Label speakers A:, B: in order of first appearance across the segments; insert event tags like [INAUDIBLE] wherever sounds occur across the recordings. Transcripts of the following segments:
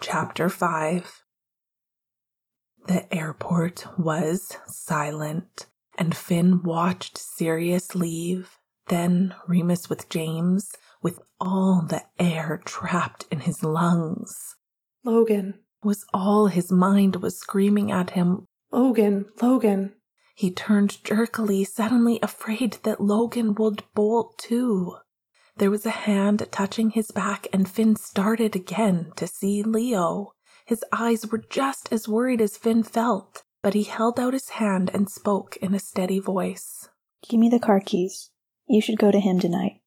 A: Chapter 5 The airport was silent, and Finn watched Sirius leave, then Remus with James, with all the air trapped in his lungs.
B: Logan,
A: Was all his mind was screaming at him.
B: Logan, Logan.
A: He turned jerkily, suddenly afraid that Logan would bolt too. There was a hand touching his back, and Finn started again to see Leo. His eyes were just as worried as Finn felt, but he held out his hand and spoke in a steady voice.
C: Give me the car keys. You should go to him tonight.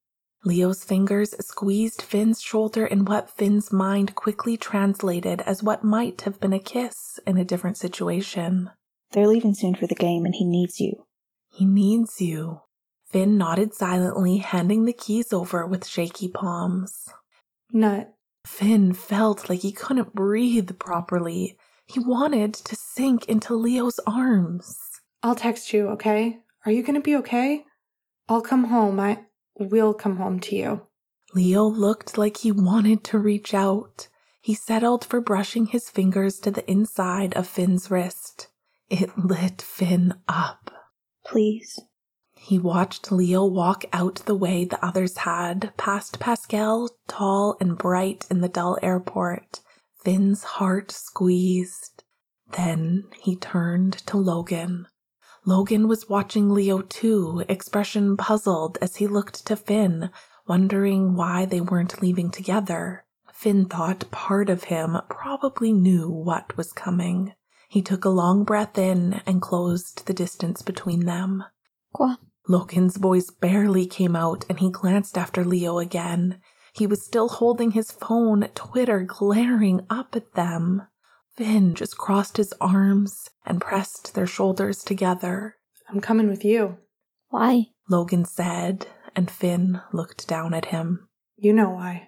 A: Leo's fingers squeezed Finn's shoulder in what Finn's mind quickly translated as what might have been a kiss in a different situation.
C: They're leaving soon for the game and he needs you.
A: He needs you. Finn nodded silently, handing the keys over with shaky palms.
B: Nut.
A: Finn felt like he couldn't breathe properly. He wanted to sink into Leo's arms.
B: I'll text you, okay? Are you gonna be okay? I'll come home. I will come home to you.
A: Leo looked like he wanted to reach out. He settled for brushing his fingers to the inside of Finn's wrist. It lit Finn up.
C: Please.
A: He watched Leo walk out the way the others had, past Pascal, tall and bright in the dull airport. Finn's heart squeezed. Then he turned to Logan. Logan was watching Leo too, expression puzzled as he looked to Finn, wondering why they weren't leaving together. Finn thought part of him probably knew what was coming. He took a long breath in and closed the distance between them.
C: Qua.
A: Logan's voice barely came out and he glanced after Leo again. He was still holding his phone, Twitter glaring up at them. Finn just crossed his arms and pressed their shoulders together.
B: I'm coming with you.
C: Why?
A: Logan said, and Finn looked down at him.
B: You know why.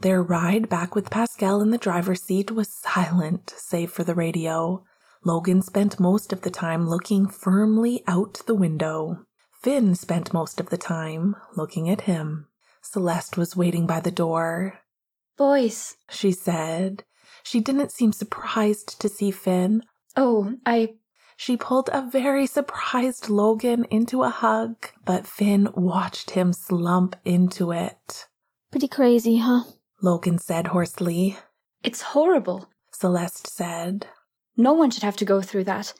A: Their ride back with Pascal in the driver's seat was silent, save for the radio. Logan spent most of the time looking firmly out the window. Finn spent most of the time looking at him. Celeste was waiting by the door.
D: Boys.
A: She said. She didn't seem surprised to see Finn.
D: Oh, I.
A: She pulled a very surprised Logan into a hug, but Finn watched him slump into it.
C: Pretty crazy, huh?
A: Logan said hoarsely.
D: It's horrible.
A: Celeste said.
D: No one should have to go through that.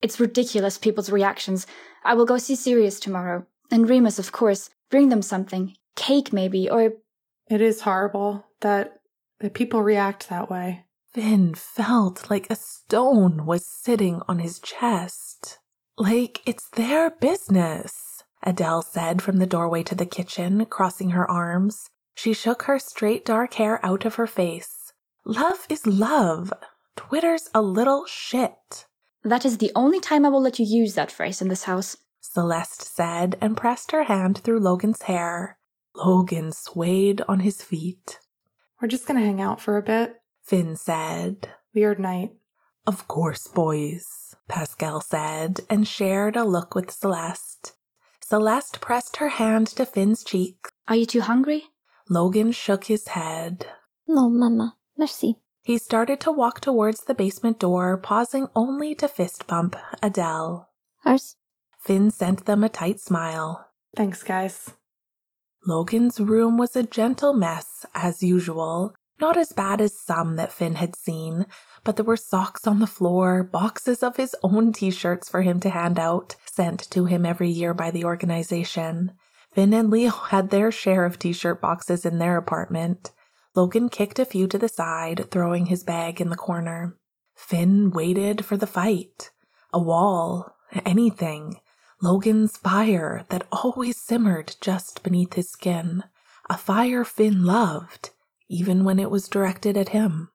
D: It's ridiculous, people's reactions. I will go see Sirius tomorrow. And Remus, of course. Bring them something. Cake, maybe, or.
B: It is horrible that that people react that way.
A: Finn felt like a stone was sitting on his chest. Like it's their business, Adele said from the doorway to the kitchen, crossing her arms. She shook her straight dark hair out of her face. Love is love. Twitter's a little shit,
D: That is the only time I will let you use that phrase in this house.
A: Celeste said and pressed her hand through Logan's hair. Logan swayed on his feet.
B: We're just gonna hang out for a bit.
A: Finn said,
B: Weird night.
A: Of course, boys, Pascal said, and shared a look with Celeste. Celeste pressed her hand to Finn's cheek.
D: Are you too hungry?
A: Logan shook his head.
C: No, Mama. Merci.
A: He started to walk towards the basement door, pausing only to fist bump Adele.
C: Ours.
A: Finn sent them a tight smile.
B: Thanks, guys.
A: Logan's room was a gentle mess, as usual. Not as bad as some that Finn had seen, but there were socks on the floor, boxes of his own t shirts for him to hand out, sent to him every year by the organization. Finn and Leo had their share of t shirt boxes in their apartment. Logan kicked a few to the side, throwing his bag in the corner. Finn waited for the fight. A wall, anything. Logan's fire that always simmered just beneath his skin. A fire Finn loved, even when it was directed at him.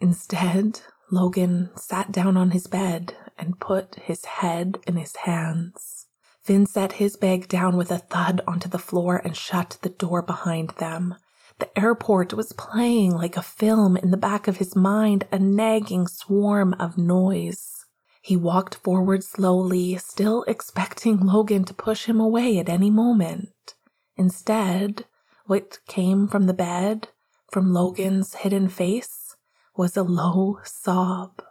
A: Instead, Logan sat down on his bed and put his head in his hands. Finn set his bag down with a thud onto the floor and shut the door behind them. The airport was playing like a film in the back of his mind, a nagging swarm of noise. He walked forward slowly, still expecting Logan to push him away at any moment. Instead, what came from the bed from Logan's hidden face was a low sob.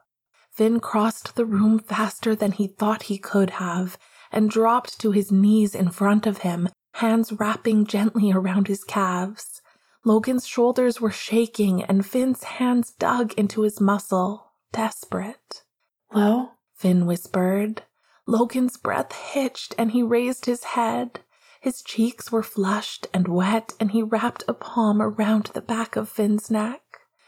A: Finn crossed the room faster than he thought he could have and dropped to his knees in front of him, hands wrapping gently around his calves. Logan's shoulders were shaking and Finn's hands dug into his muscle, desperate.
B: Lo?
A: Finn whispered. Logan's breath hitched and he raised his head. His cheeks were flushed and wet, and he wrapped a palm around the back of Finn's neck.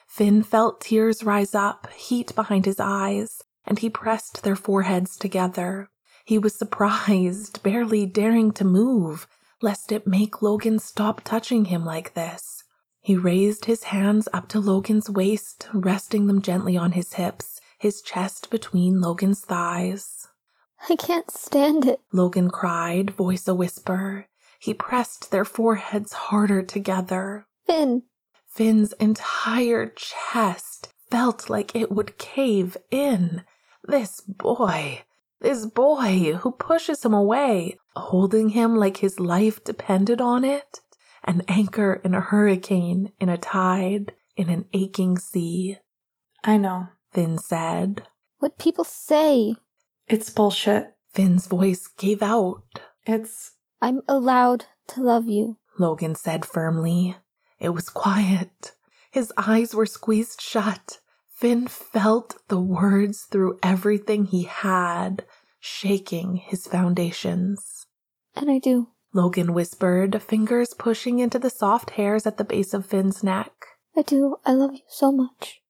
A: Finn felt tears rise up, heat behind his eyes, and he pressed their foreheads together. He was surprised, barely daring to move, lest it make Logan stop touching him like this. He raised his hands up to Logan's waist, resting them gently on his hips, his chest between Logan's thighs.
C: I can't stand it.
A: Logan cried, voice a whisper. He pressed their foreheads harder together.
C: Finn,
A: Finn's entire chest felt like it would cave in. This boy, this boy who pushes him away, holding him like his life depended on it, an anchor in a hurricane, in a tide, in an aching sea,
B: I know.
A: Finn said.
C: what people say.
B: It's bullshit.
A: Finn's voice gave out.
B: It's.
C: I'm allowed to love you.
A: Logan said firmly. It was quiet. His eyes were squeezed shut. Finn felt the words through everything he had, shaking his foundations.
C: And I do.
A: Logan whispered, fingers pushing into the soft hairs at the base of Finn's neck.
C: I do. I love you so much.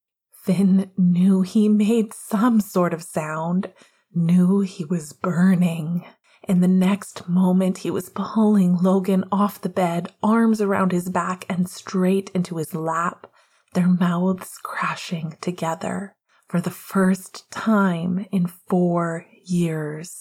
A: Finn knew he made some sort of sound, knew he was burning. In the next moment, he was pulling Logan off the bed, arms around his back and straight into his lap, their mouths crashing together. For the first time in four years,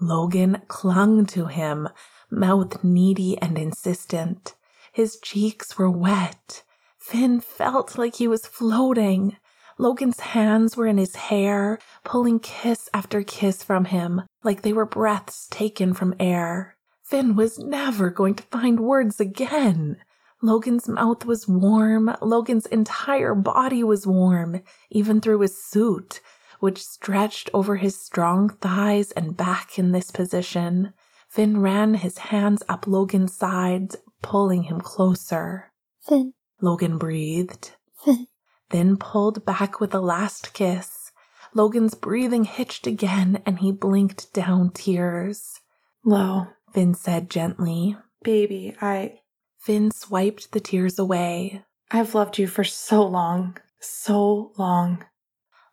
A: Logan clung to him, mouth needy and insistent. His cheeks were wet. Finn felt like he was floating. Logan's hands were in his hair, pulling kiss after kiss from him, like they were breaths taken from air. Finn was never going to find words again. Logan's mouth was warm. Logan's entire body was warm, even through his suit, which stretched over his strong thighs and back in this position. Finn ran his hands up Logan's sides, pulling him closer.
C: Finn,
A: Logan breathed,
C: Finn,
A: then pulled back with a last kiss. Logan's breathing hitched again and he blinked down tears.
B: Lo.
A: Finn said gently.
B: Baby, I.
A: Finn swiped the tears away.
B: I've loved you for so long. So long.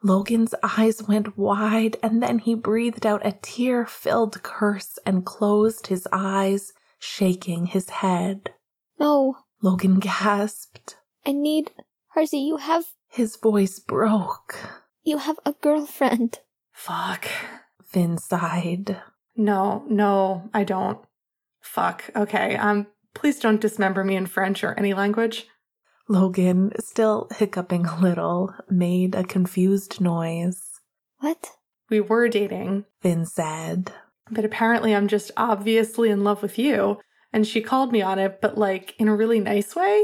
A: Logan's eyes went wide and then he breathed out a tear filled curse and closed his eyes, shaking his head.
C: no.
A: Logan gasped.
C: I need Harzy. You have
A: His voice broke.
C: you have a girlfriend. [LAUGHS]
B: Fuck.
A: Finn sighed.
B: No, no, I don't. Fuck. Okay, um, please don't dismember me in French or any language.
A: Logan, still hiccuping a little, made a confused noise.
C: What?
B: We were dating,
A: Finn said,
B: but apparently I'm just obviously in love with you. And she called me on it, but like in a really nice way.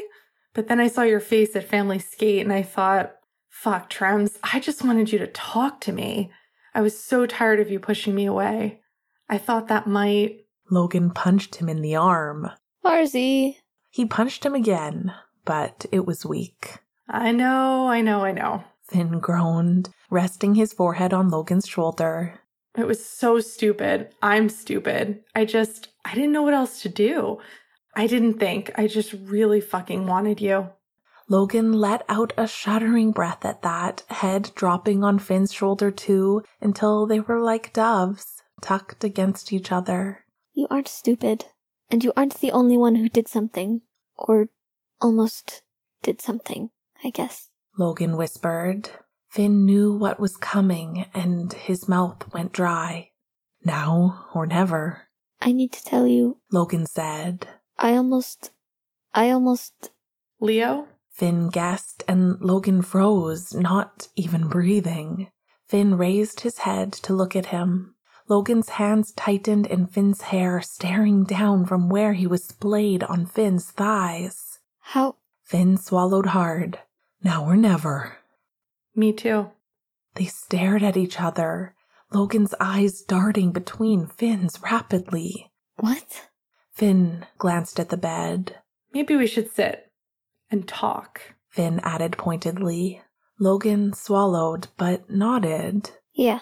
B: But then I saw your face at family skate and I thought, fuck, Trems, I just wanted you to talk to me. I was so tired of you pushing me away. I thought that might.
A: Logan punched him in the arm.
C: Harzy.
A: He punched him again, but it was weak.
B: I know, I know, I know.
A: Finn groaned, resting his forehead on Logan's shoulder.
B: It was so stupid. I'm stupid. I just, I didn't know what else to do. I didn't think. I just really fucking wanted you.
A: Logan let out a shuddering breath at that, head dropping on Finn's shoulder too, until they were like doves, tucked against each other.
C: You aren't stupid. And you aren't the only one who did something. Or almost did something, I guess.
A: Logan whispered. Finn knew what was coming, and his mouth went dry. Now or never,
C: I need to tell you,
A: Logan said.
C: I almost. I almost.
B: Leo?
A: Finn guessed, and Logan froze, not even breathing. Finn raised his head to look at him. Logan's hands tightened in Finn's hair, staring down from where he was splayed on Finn's thighs.
C: How.
A: Finn swallowed hard. Now or never.
B: Me too.
A: They stared at each other, Logan's eyes darting between Finn's rapidly.
C: What?
A: Finn glanced at the bed.
B: Maybe we should sit and talk.
A: Finn added pointedly. Logan swallowed but nodded.
C: Yeah,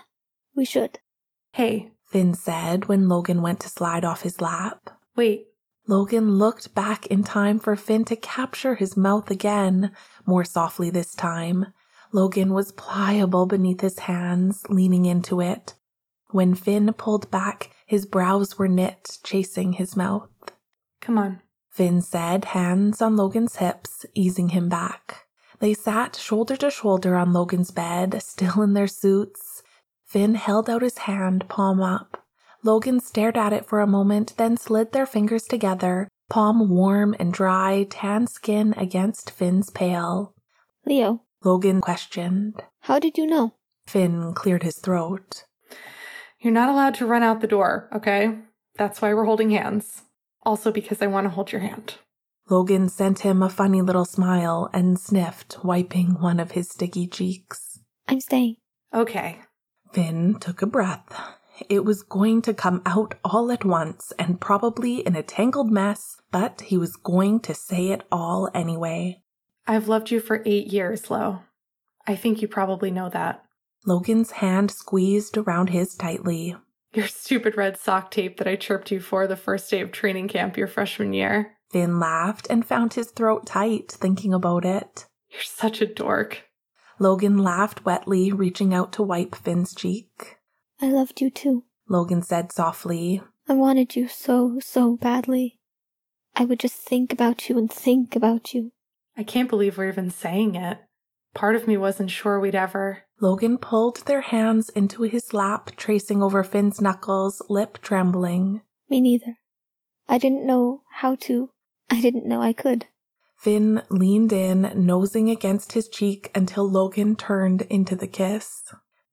C: we should.
B: Hey,
A: Finn said when Logan went to slide off his lap.
B: wait.
A: Logan looked back in time for Finn to capture his mouth again, more softly this time. Logan was pliable beneath his hands, leaning into it. When Finn pulled back, his brows were knit, chasing his mouth.
B: Come on.
A: Finn said, hands on Logan's hips, easing him back. They sat shoulder to shoulder on Logan's bed, still in their suits. Finn held out his hand, palm up. Logan stared at it for a moment, then slid their fingers together, palm warm and dry, tan skin against Finn's pale.
C: Leo,
A: Logan questioned.
C: how did you know?
A: Finn cleared his throat.
B: You're not allowed to run out the door, okay? That's why we're holding hands. Also, because I want to hold your hand.
A: Logan sent him a funny little smile and sniffed, wiping one of his sticky cheeks.
C: I'm staying.
B: Okay.
A: Finn took a breath. It was going to come out all at once and probably in a tangled mess, but he was going to say it all anyway.
B: I've loved you for eight years, Lo. I think you probably know that.
A: Logan's hand squeezed around his tightly.
B: Your stupid red sock tape that I chirped you for the first day of training camp your freshman year.
A: Finn laughed and found his throat tight thinking about it.
B: You're such a dork.
A: Logan laughed wetly, reaching out to wipe Finn's cheek.
C: I loved you too.
A: Logan said softly,
C: I wanted you so, so badly. I would just think about you and think about you.
B: I can't believe we're even saying it. Part of me wasn't sure we'd ever.
A: Logan pulled their hands into his lap, tracing over Finn's knuckles, lip trembling.
C: Me neither. I didn't know how to. I didn't know I could. [LAUGHS]
A: Finn leaned in, nosing against his cheek until Logan turned into the kiss.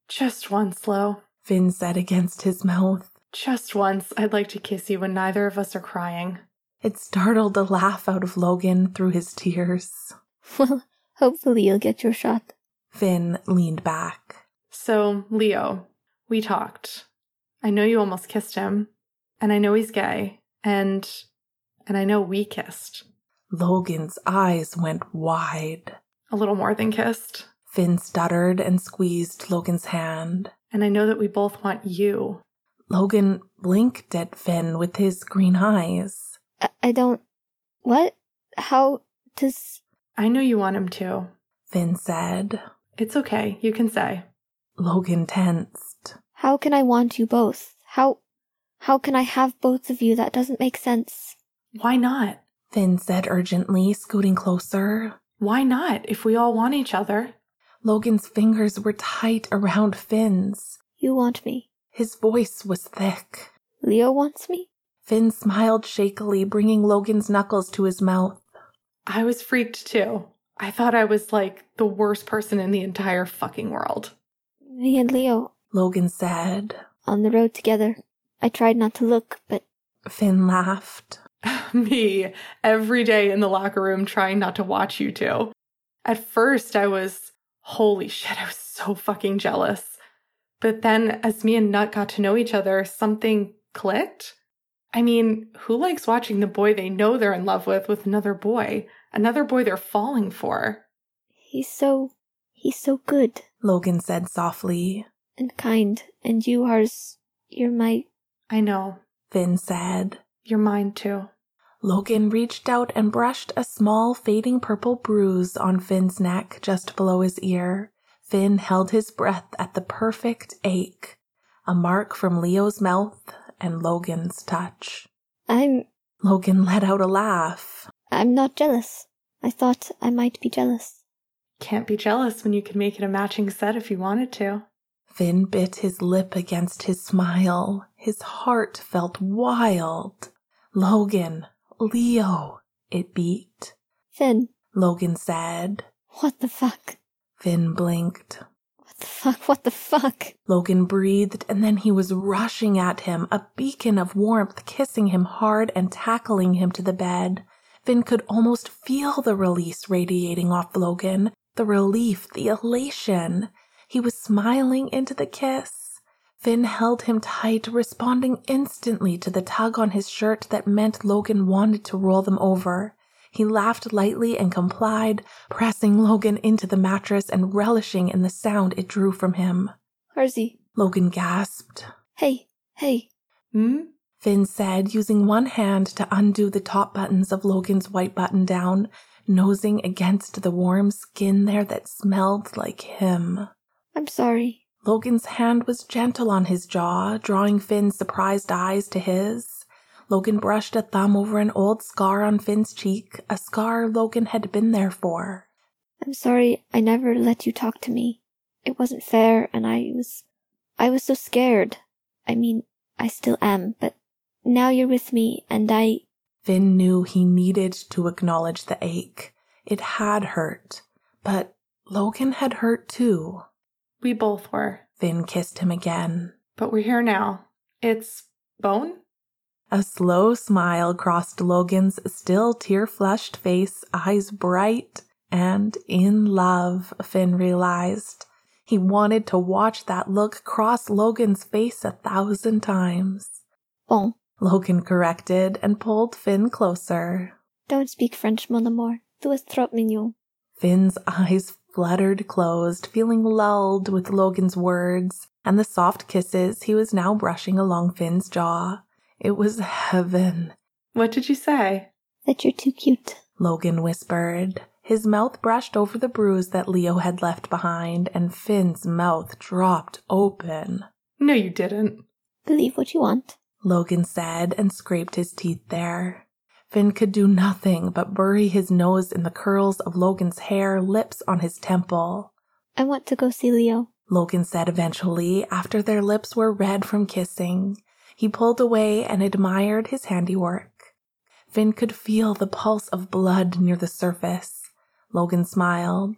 B: Just once, Lo.
A: Finn said against his mouth.
B: Just once, I'd like to kiss you when neither of us are crying.
A: It startled a laugh out of Logan through his tears.
C: Well, hopefully you'll get your shot.
A: Finn leaned back.
B: So, Leo, we talked. I know you almost kissed him, and I know he's gay, and and I know we kissed.
A: Logan's eyes went wide.
B: A little more than kissed.
A: Finn stuttered and squeezed Logan's hand.
B: And I know that we both want you.
A: Logan blinked at Finn with his green eyes.
C: I, I don't. What? How does.
B: I know you want him too.
A: Finn said.
B: It's okay. You can say.
A: Logan tensed.
C: How can I want you both? How. How can I have both of you? That doesn't make sense.
B: Why not?
A: Finn said urgently, scooting closer.
B: Why not if we all want each other?
A: Logan's fingers were tight around Finn's.
C: You want me.
A: His voice was thick.
C: Leo wants me?
A: Finn smiled shakily, bringing Logan's knuckles to his mouth.
B: I was freaked too. I thought I was like the worst person in the entire fucking world. [LAUGHS]
C: Me and Leo
A: Logan said.
C: on the road together. I tried not to look, but
A: Finn laughed.
B: me every day in the locker room trying not to watch you two. At first, I was, holy shit, I was so fucking jealous. But then, as me and Nut got to know each other, something clicked. I mean, who likes watching the boy they know they're in love with with another boy? Another boy they're falling for.
C: he's so. He's so good
A: Logan said softly.
C: and kind, and you are. s- You're my.
B: I know.
A: Finn said.
B: You're mine too.
A: Logan reached out and brushed a small, fading purple bruise on Finn's neck just below his ear. Finn held his breath at the perfect ache, a mark from Leo's mouth and Logan's touch.
C: I'm.
A: Logan let out a laugh.
C: I'm not jealous. I thought I might be jealous.
B: Can't be jealous when you can make it a matching set if you wanted to.
A: Finn bit his lip against his smile. His heart felt wild. Logan, Leo, it beat.
C: Finn,
A: Logan said.
C: what the fuck?
A: Finn blinked.
C: What the fuck? What the fuck?
A: Logan breathed, and then he was rushing at him, a beacon of warmth, kissing him hard and tackling him to the bed. Finn could almost feel the release radiating off Logan, the relief, the elation. He was smiling into the kiss. Finn held him tight, responding instantly to the tug on his shirt that meant Logan wanted to roll them over. He laughed lightly and complied, pressing Logan into the mattress and relishing in the sound it drew from him.
C: Harzy,
A: Logan gasped.
C: hey, hey,
B: Hmm?
A: Finn said, using one hand to undo the top buttons of Logan's white button down, nosing against the warm skin there that smelled like him.
C: I'm sorry.
A: Logan's hand was gentle on his jaw, drawing Finn's surprised eyes to his. Logan brushed a thumb over an old scar on Finn's cheek, a scar Logan had been there for.
C: I'm sorry I never let you talk to me. It wasn't fair and I was I was so scared. I mean, I still am, but now you're with me and I
A: Finn knew he needed to acknowledge the ache. It had hurt, but Logan had hurt too.
B: We both were,
A: Finn kissed him again.
B: but we're here now. It's bone?
A: A slow smile crossed Logan's still tear flushed face, eyes bright and in love, Finn realized. He wanted to watch that look cross Logan's face a thousand times.
C: bon,
A: Logan corrected and pulled Finn closer.
C: don't speak French, mon amour. Tu es trop mignon.
A: Finn's eyes fluttered closed, feeling lulled with Logan's words and the soft kisses he was now brushing along Finn's jaw. It was heaven.
B: What did you say?
C: That you're too cute.
A: Logan whispered. His mouth brushed over the bruise that Leo had left behind, and Finn's mouth dropped open.
B: No, you didn't.
C: Believe what you want.
A: Logan said and scraped his teeth there. Finn could do nothing but bury his nose in the curls of Logan's hair, lips on his temple.
C: I want to go see Leo.
A: Logan said eventually, after their lips were red from kissing. He pulled away and admired his handiwork. Finn could feel the pulse of blood near the surface. Logan smiled.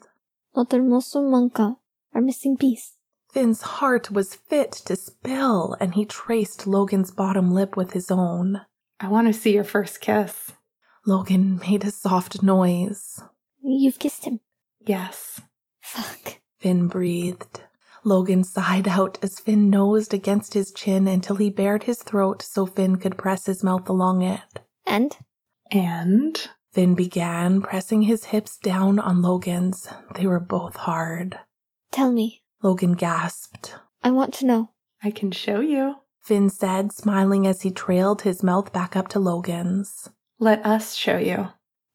C: Notre morceau manqua. Our missing piece.
A: Finn's heart was fit to spill, and he traced Logan's bottom lip with his own.
B: I want to see your first kiss.
A: Logan made a soft noise.
C: You've kissed him.
B: Yes.
C: Fuck.
A: Finn breathed. Logan sighed out as Finn nosed against his chin until he bared his throat so Finn could press his mouth along it.
C: And
B: And
A: Finn began, pressing his hips down on Logan's. They were both hard.
C: tell me.
A: Logan gasped.
C: I want to know.
B: I can show you.
A: Finn said, smiling as he trailed his mouth back up to Logan's.
B: Let us show you.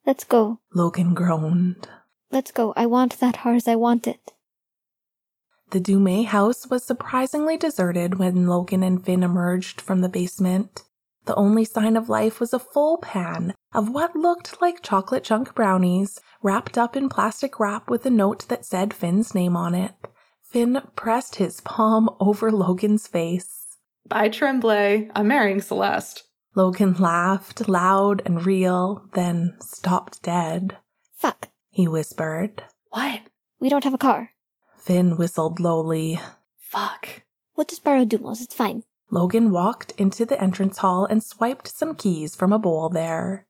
C: Let's go.
A: Logan groaned.
C: Let's go. I want that Harz. I want it.
A: The Dumay house was surprisingly deserted when Logan and Finn emerged from the basement. The only sign of life was a full pan of what looked like chocolate chunk brownies, wrapped up in plastic wrap with a note that said Finn's name on it. Finn pressed his palm over Logan's face.
B: Bye, Tremblay. I'm marrying Celeste.
A: Logan laughed loud and real, then stopped dead.
C: Fuck.
A: He whispered.
B: What?
C: We don't have a car.
A: Finn whistled lowly.
B: Fuck.
C: We'll just borrow Dumo's. It's fine.
A: Logan walked into the entrance hall and swiped some keys from a bowl there.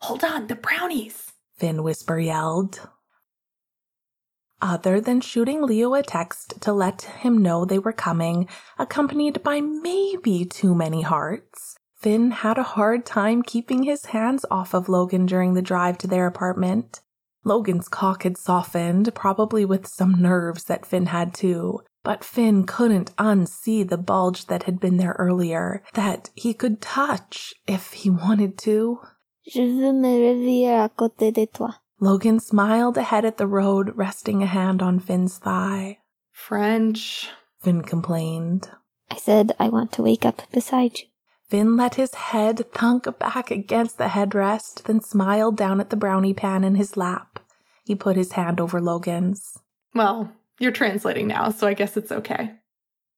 B: Hold on, the brownies.
A: Finn Whisper yelled. Other than shooting Leo a text to let him know they were coming, accompanied by maybe too many hearts, Finn had a hard time keeping his hands off of Logan during the drive to their apartment. Logan's cock had softened, probably with some nerves that Finn had too, but Finn couldn't unsee the bulge that had been there earlier, that he could touch if he wanted to.
C: Je veux me réveiller à côté de toi.
A: Logan smiled ahead at the road, resting a hand on Finn's thigh.
B: French.
A: Finn complained.
C: I said I want to wake up beside you.
A: Finn let his head thunk back against the headrest, then smiled down at the brownie pan in his lap. He put his hand over Logan's.
B: Well, you're translating now, so I guess it's okay.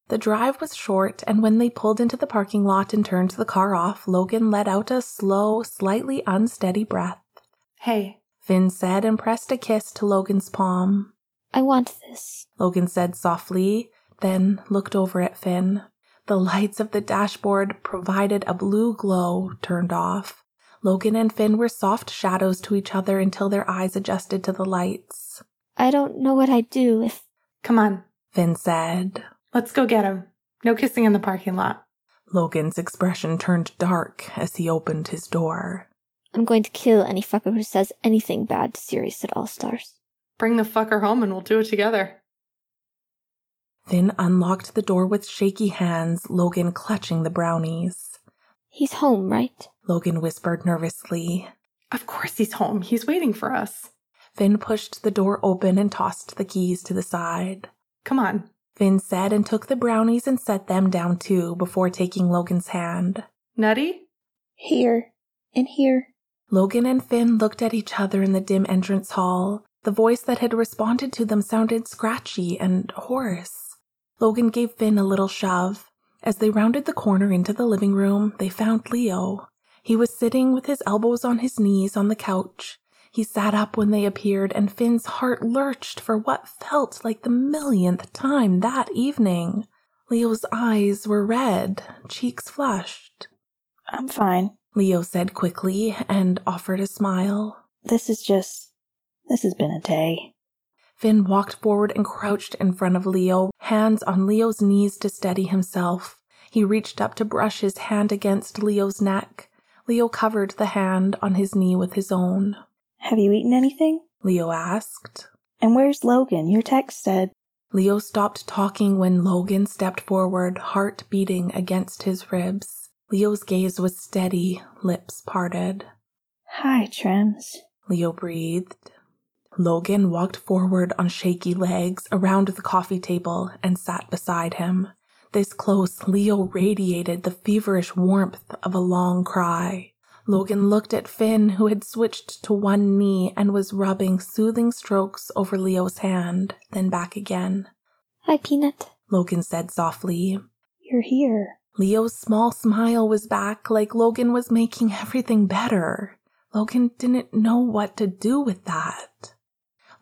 A: The drive was short, and when they pulled into the parking lot and turned the car off, Logan let out a slow, slightly unsteady breath.
B: Hey,
A: Finn said and pressed a kiss to Logan's palm.
C: I want this.
A: Logan said softly, then looked over at Finn. The lights of the dashboard provided a blue glow turned off. Logan and Finn were soft shadows to each other until their eyes adjusted to the lights.
C: I don't know what I'd do if
B: Come on,
A: Finn said.
B: let's go get him. No kissing in the parking lot.
A: Logan's expression turned dark as he opened his door.
C: I'm going to kill any fucker who says anything bad to Sirius at All Stars.
B: Bring the fucker home and we'll do it together.
A: Finn unlocked the door with shaky hands, Logan clutching the brownies.
C: He's home, right?
A: Logan whispered nervously.
B: Of course he's home. He's waiting for us.
A: Finn pushed the door open and tossed the keys to the side.
B: Come on.
A: Finn said and took the brownies and set them down too before taking Logan's hand.
B: Nutty?
E: Here. In here.
A: Logan and Finn looked at each other in the dim entrance hall. The voice that had responded to them sounded scratchy and hoarse. Logan gave Finn a little shove. As they rounded the corner into the living room, they found Leo. He was sitting with his elbows on his knees on the couch. He sat up when they appeared, and Finn's heart lurched for what felt like the millionth time that evening. Leo's eyes were red, cheeks flushed.
E: I'm fine.
A: Leo said quickly and offered a smile.
E: This is just. This has been a day.
A: Finn walked forward and crouched in front of Leo, hands on Leo's knees to steady himself. He reached up to brush his hand against Leo's neck. Leo covered the hand on his knee with his own.
E: Have you eaten anything?
A: Leo asked.
E: And where's Logan? Your text said.
A: Leo stopped talking when Logan stepped forward, heart beating against his ribs. Leo's gaze was steady, lips parted.
E: Hi, Trems.
A: Leo breathed. Logan walked forward on shaky legs around the coffee table and sat beside him. This close, Leo radiated the feverish warmth of a long cry. Logan looked at Finn, who had switched to one knee and was rubbing soothing strokes over Leo's hand, then back again.
C: Hi, Peanut.
A: Logan said softly.
E: You're here.
A: Leo's small smile was back, like Logan was making everything better. Logan didn't know what to do with that.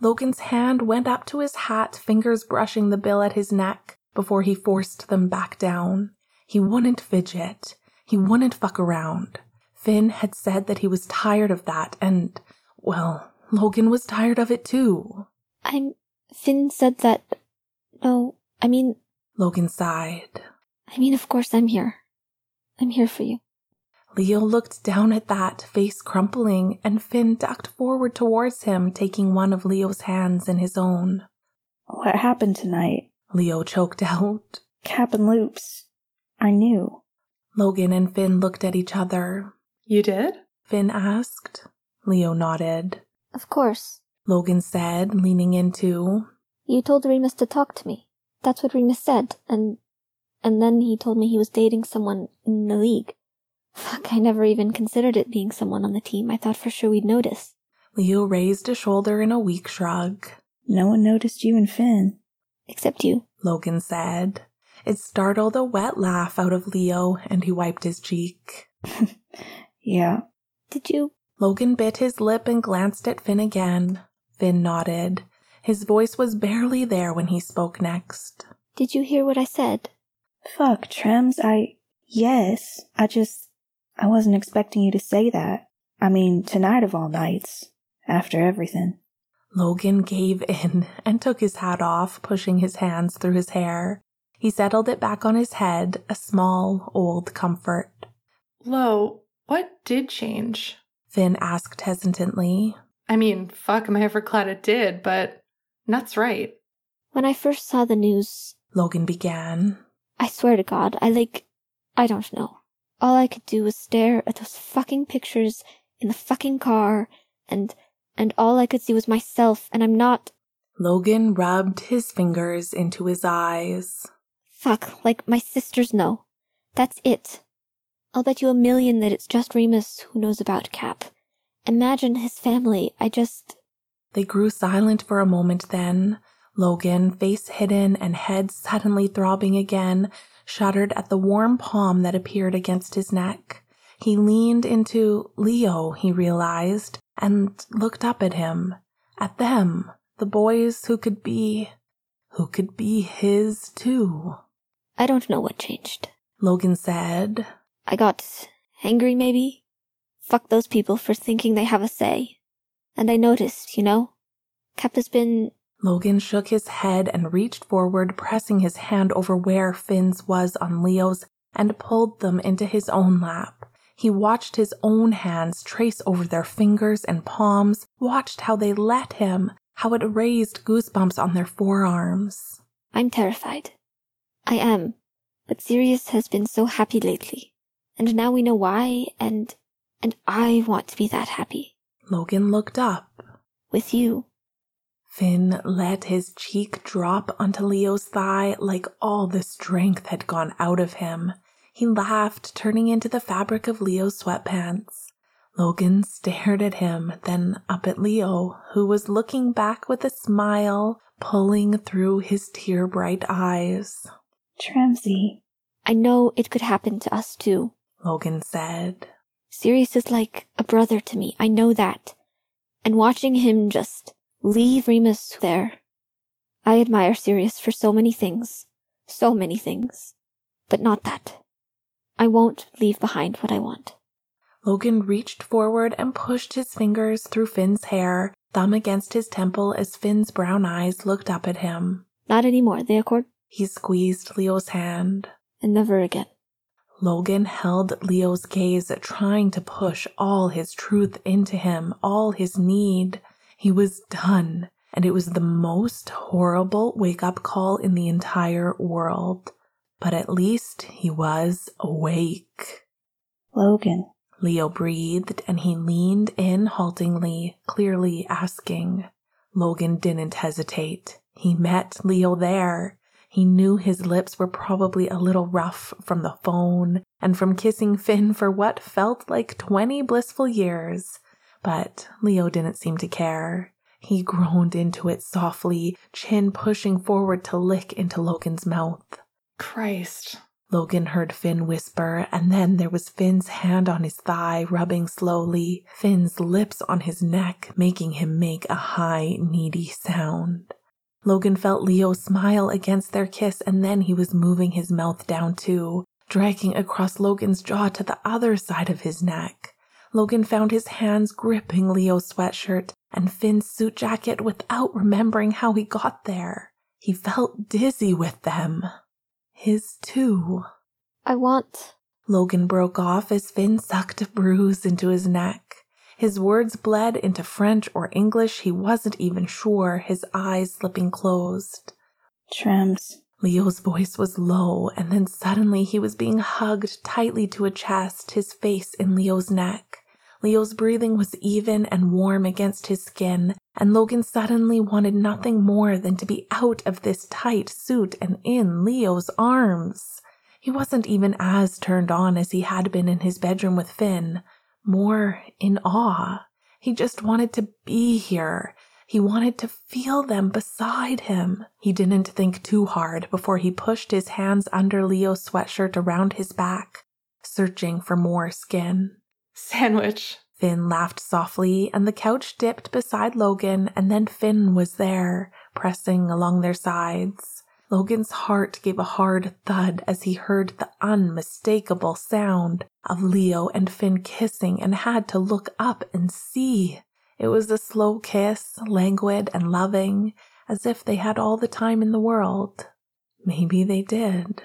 A: Logan's hand went up to his hat, fingers brushing the bill at his neck, before he forced them back down. He wouldn't fidget. He wouldn't fuck around. Finn had said that he was tired of that, and, well, Logan was tired of it too.
C: I'm. Finn said that. No, I mean,
A: Logan sighed.
C: I mean, of course I'm here. I'm here for you.
A: Leo looked down at that, face crumpling, and Finn ducked forward towards him, taking one of Leo's hands in his own.
E: What happened tonight?
A: Leo choked [LAUGHS] out.
E: Cap and loops. I knew.
A: Logan and Finn looked at each other.
B: You did?
A: Finn asked. Leo nodded.
C: Of course.
A: Logan said, leaning in too.
C: You told Remus to talk to me. That's what Remus said, and. And then he told me he was dating someone in the league. Fuck, I never even considered it being someone on the team. I thought for sure we'd notice.
A: Leo raised a shoulder in a weak shrug.
E: No one noticed you and Finn.
C: Except you.
A: Logan said. It startled a wet laugh out of Leo, and he wiped his cheek.
E: Yeah.
C: Did you?
A: Logan bit his lip and glanced at Finn again. Finn nodded. His voice was barely there when he spoke next.
C: Did you hear what I said?
E: Fuck, Trems. I. Yes. I just. I wasn't expecting you to say that. I mean, tonight of all nights. After everything.
A: Logan gave in and took his hat off, pushing his hands through his hair. He settled it back on his head, a small, old comfort.
B: Lo, what did change?
A: Finn asked hesitantly.
B: I mean, fuck, am I ever glad it did, but Nut's right.
C: When I first saw the news,
A: Logan began.
C: I swear to God, I like. I don't know. All I could do was stare at those fucking pictures in the fucking car, and. and all I could see was myself, and I'm not.
A: Logan rubbed his fingers into his eyes.
C: Fuck, like my sisters know. That's it. I'll bet you a million that it's just Remus who knows about Cap. Imagine his family. I just.
A: They grew silent for a moment then. Logan, face hidden and head suddenly throbbing again, shuddered at the warm palm that appeared against his neck. He leaned into Leo, he realized, and looked up at him, at them, the boys who could be, who could be his too.
C: I don't know what changed.
A: Logan said,
C: I got angry, maybe? Fuck those people for thinking they have a say. And I noticed, you know? Cap has been.
A: Logan shook his head and reached forward, pressing his hand over where Finn's was on Leo's and pulled them into his own lap. He watched his own hands trace over their fingers and palms, watched how they let him, how it raised goosebumps on their forearms.
C: I'm terrified. I am. But Sirius has been so happy lately. And now we know why, and. and I want to be that happy.
A: Logan looked up.
C: With you.
A: Finn let his cheek drop onto Leo's thigh like all the strength had gone out of him. He laughed, turning into the fabric of Leo's sweatpants. Logan stared at him, then up at Leo, who was looking back with a smile pulling through his tear bright eyes.
E: Tramsy.
C: I know it could happen to us too.
A: Logan said.
C: Sirius is like a brother to me. I know that. And watching him just leave Remus there. I admire Sirius for so many things. So many things. But not that. I won't leave behind what I want.
A: Logan reached forward and pushed his fingers through Finn's hair, thumb against his temple as Finn's brown eyes looked up at him.
C: Not anymore, the accord?
A: He squeezed Leo's hand.
C: And never again.
A: Logan held Leo's gaze, trying to push all his truth into him, all his need. He was done, and it was the most horrible wake up call in the entire world. But at least he was awake.
E: Logan.
A: Leo breathed and he leaned in haltingly, clearly asking. Logan didn't hesitate. He met Leo there. He knew his lips were probably a little rough from the phone and from kissing Finn for what felt like 20 blissful years. But Leo didn't seem to care. He groaned into it softly, chin pushing forward to lick into Logan's mouth.
B: Christ.
A: Logan heard Finn whisper, and then there was Finn's hand on his thigh, rubbing slowly, Finn's lips on his neck, making him make a high, needy sound. Logan felt Leo smile against their kiss, and then he was moving his mouth down too, dragging across Logan's jaw to the other side of his neck. Logan found his hands gripping Leo's sweatshirt and Finn's suit jacket without remembering how he got there. He felt dizzy with them his too.
C: I want.
A: Logan broke off as Finn sucked a bruise into his neck. His words bled into French or English, he wasn't even sure, his eyes slipping closed.
E: Trams.
A: Leo's voice was low, and then suddenly he was being hugged tightly to a chest, his face in Leo's neck. Leo's breathing was even and warm against his skin, and Logan suddenly wanted nothing more than to be out of this tight suit and in Leo's arms. He wasn't even as turned on as he had been in his bedroom with Finn, more in awe. He just wanted to be here. He wanted to feel them beside him. He didn't think too hard before he pushed his hands under Leo's sweatshirt around his back, searching for more skin.
B: Sandwich.
A: Finn laughed softly, and the couch dipped beside Logan, and then Finn was there, pressing along their sides. Logan's heart gave a hard thud as he heard the unmistakable sound of Leo and Finn kissing and had to look up and see. It was a slow kiss, languid and loving, as if they had all the time in the world. Maybe they did.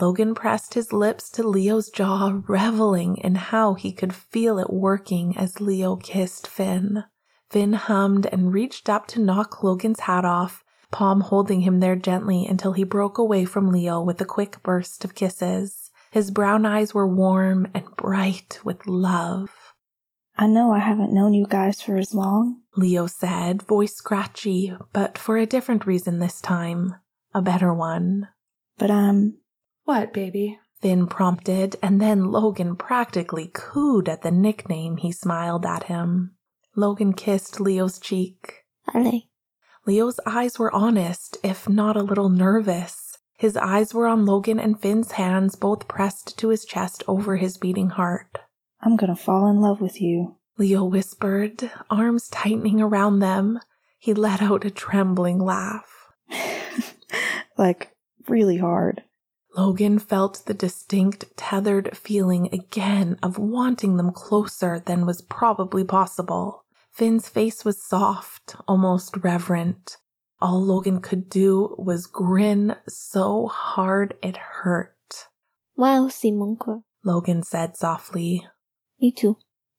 A: Logan pressed his lips to Leo's jaw, reveling in how he could feel it working as Leo kissed Finn. Finn hummed and reached up to knock Logan's hat off, palm holding him there gently until he broke away from Leo with a quick burst of kisses. His brown eyes were warm and bright with love.
E: I know I haven't known you guys for as long,
A: Leo said, voice scratchy, but for a different reason this time. A better one.
E: but I'm
B: What, baby?
A: Finn prompted, and then Logan practically cooed at the nickname he smiled at him. Logan kissed Leo's cheek.
C: Ale.
A: Leo's eyes were honest, if not a little nervous. His eyes were on Logan and Finn's hands, both pressed to his chest over his beating heart.
E: I'm gonna fall in love with you. [LAUGHS]
A: Leo whispered, arms tightening around them. He let out a trembling laugh.
E: like really hard.
A: Logan felt the distinct, tethered feeling again of wanting them closer than was probably possible. Finn's face was soft, almost reverent. All Logan could do was grin so hard it hurt.
C: Wow, Simunko,
A: Logan said softly.
C: you too.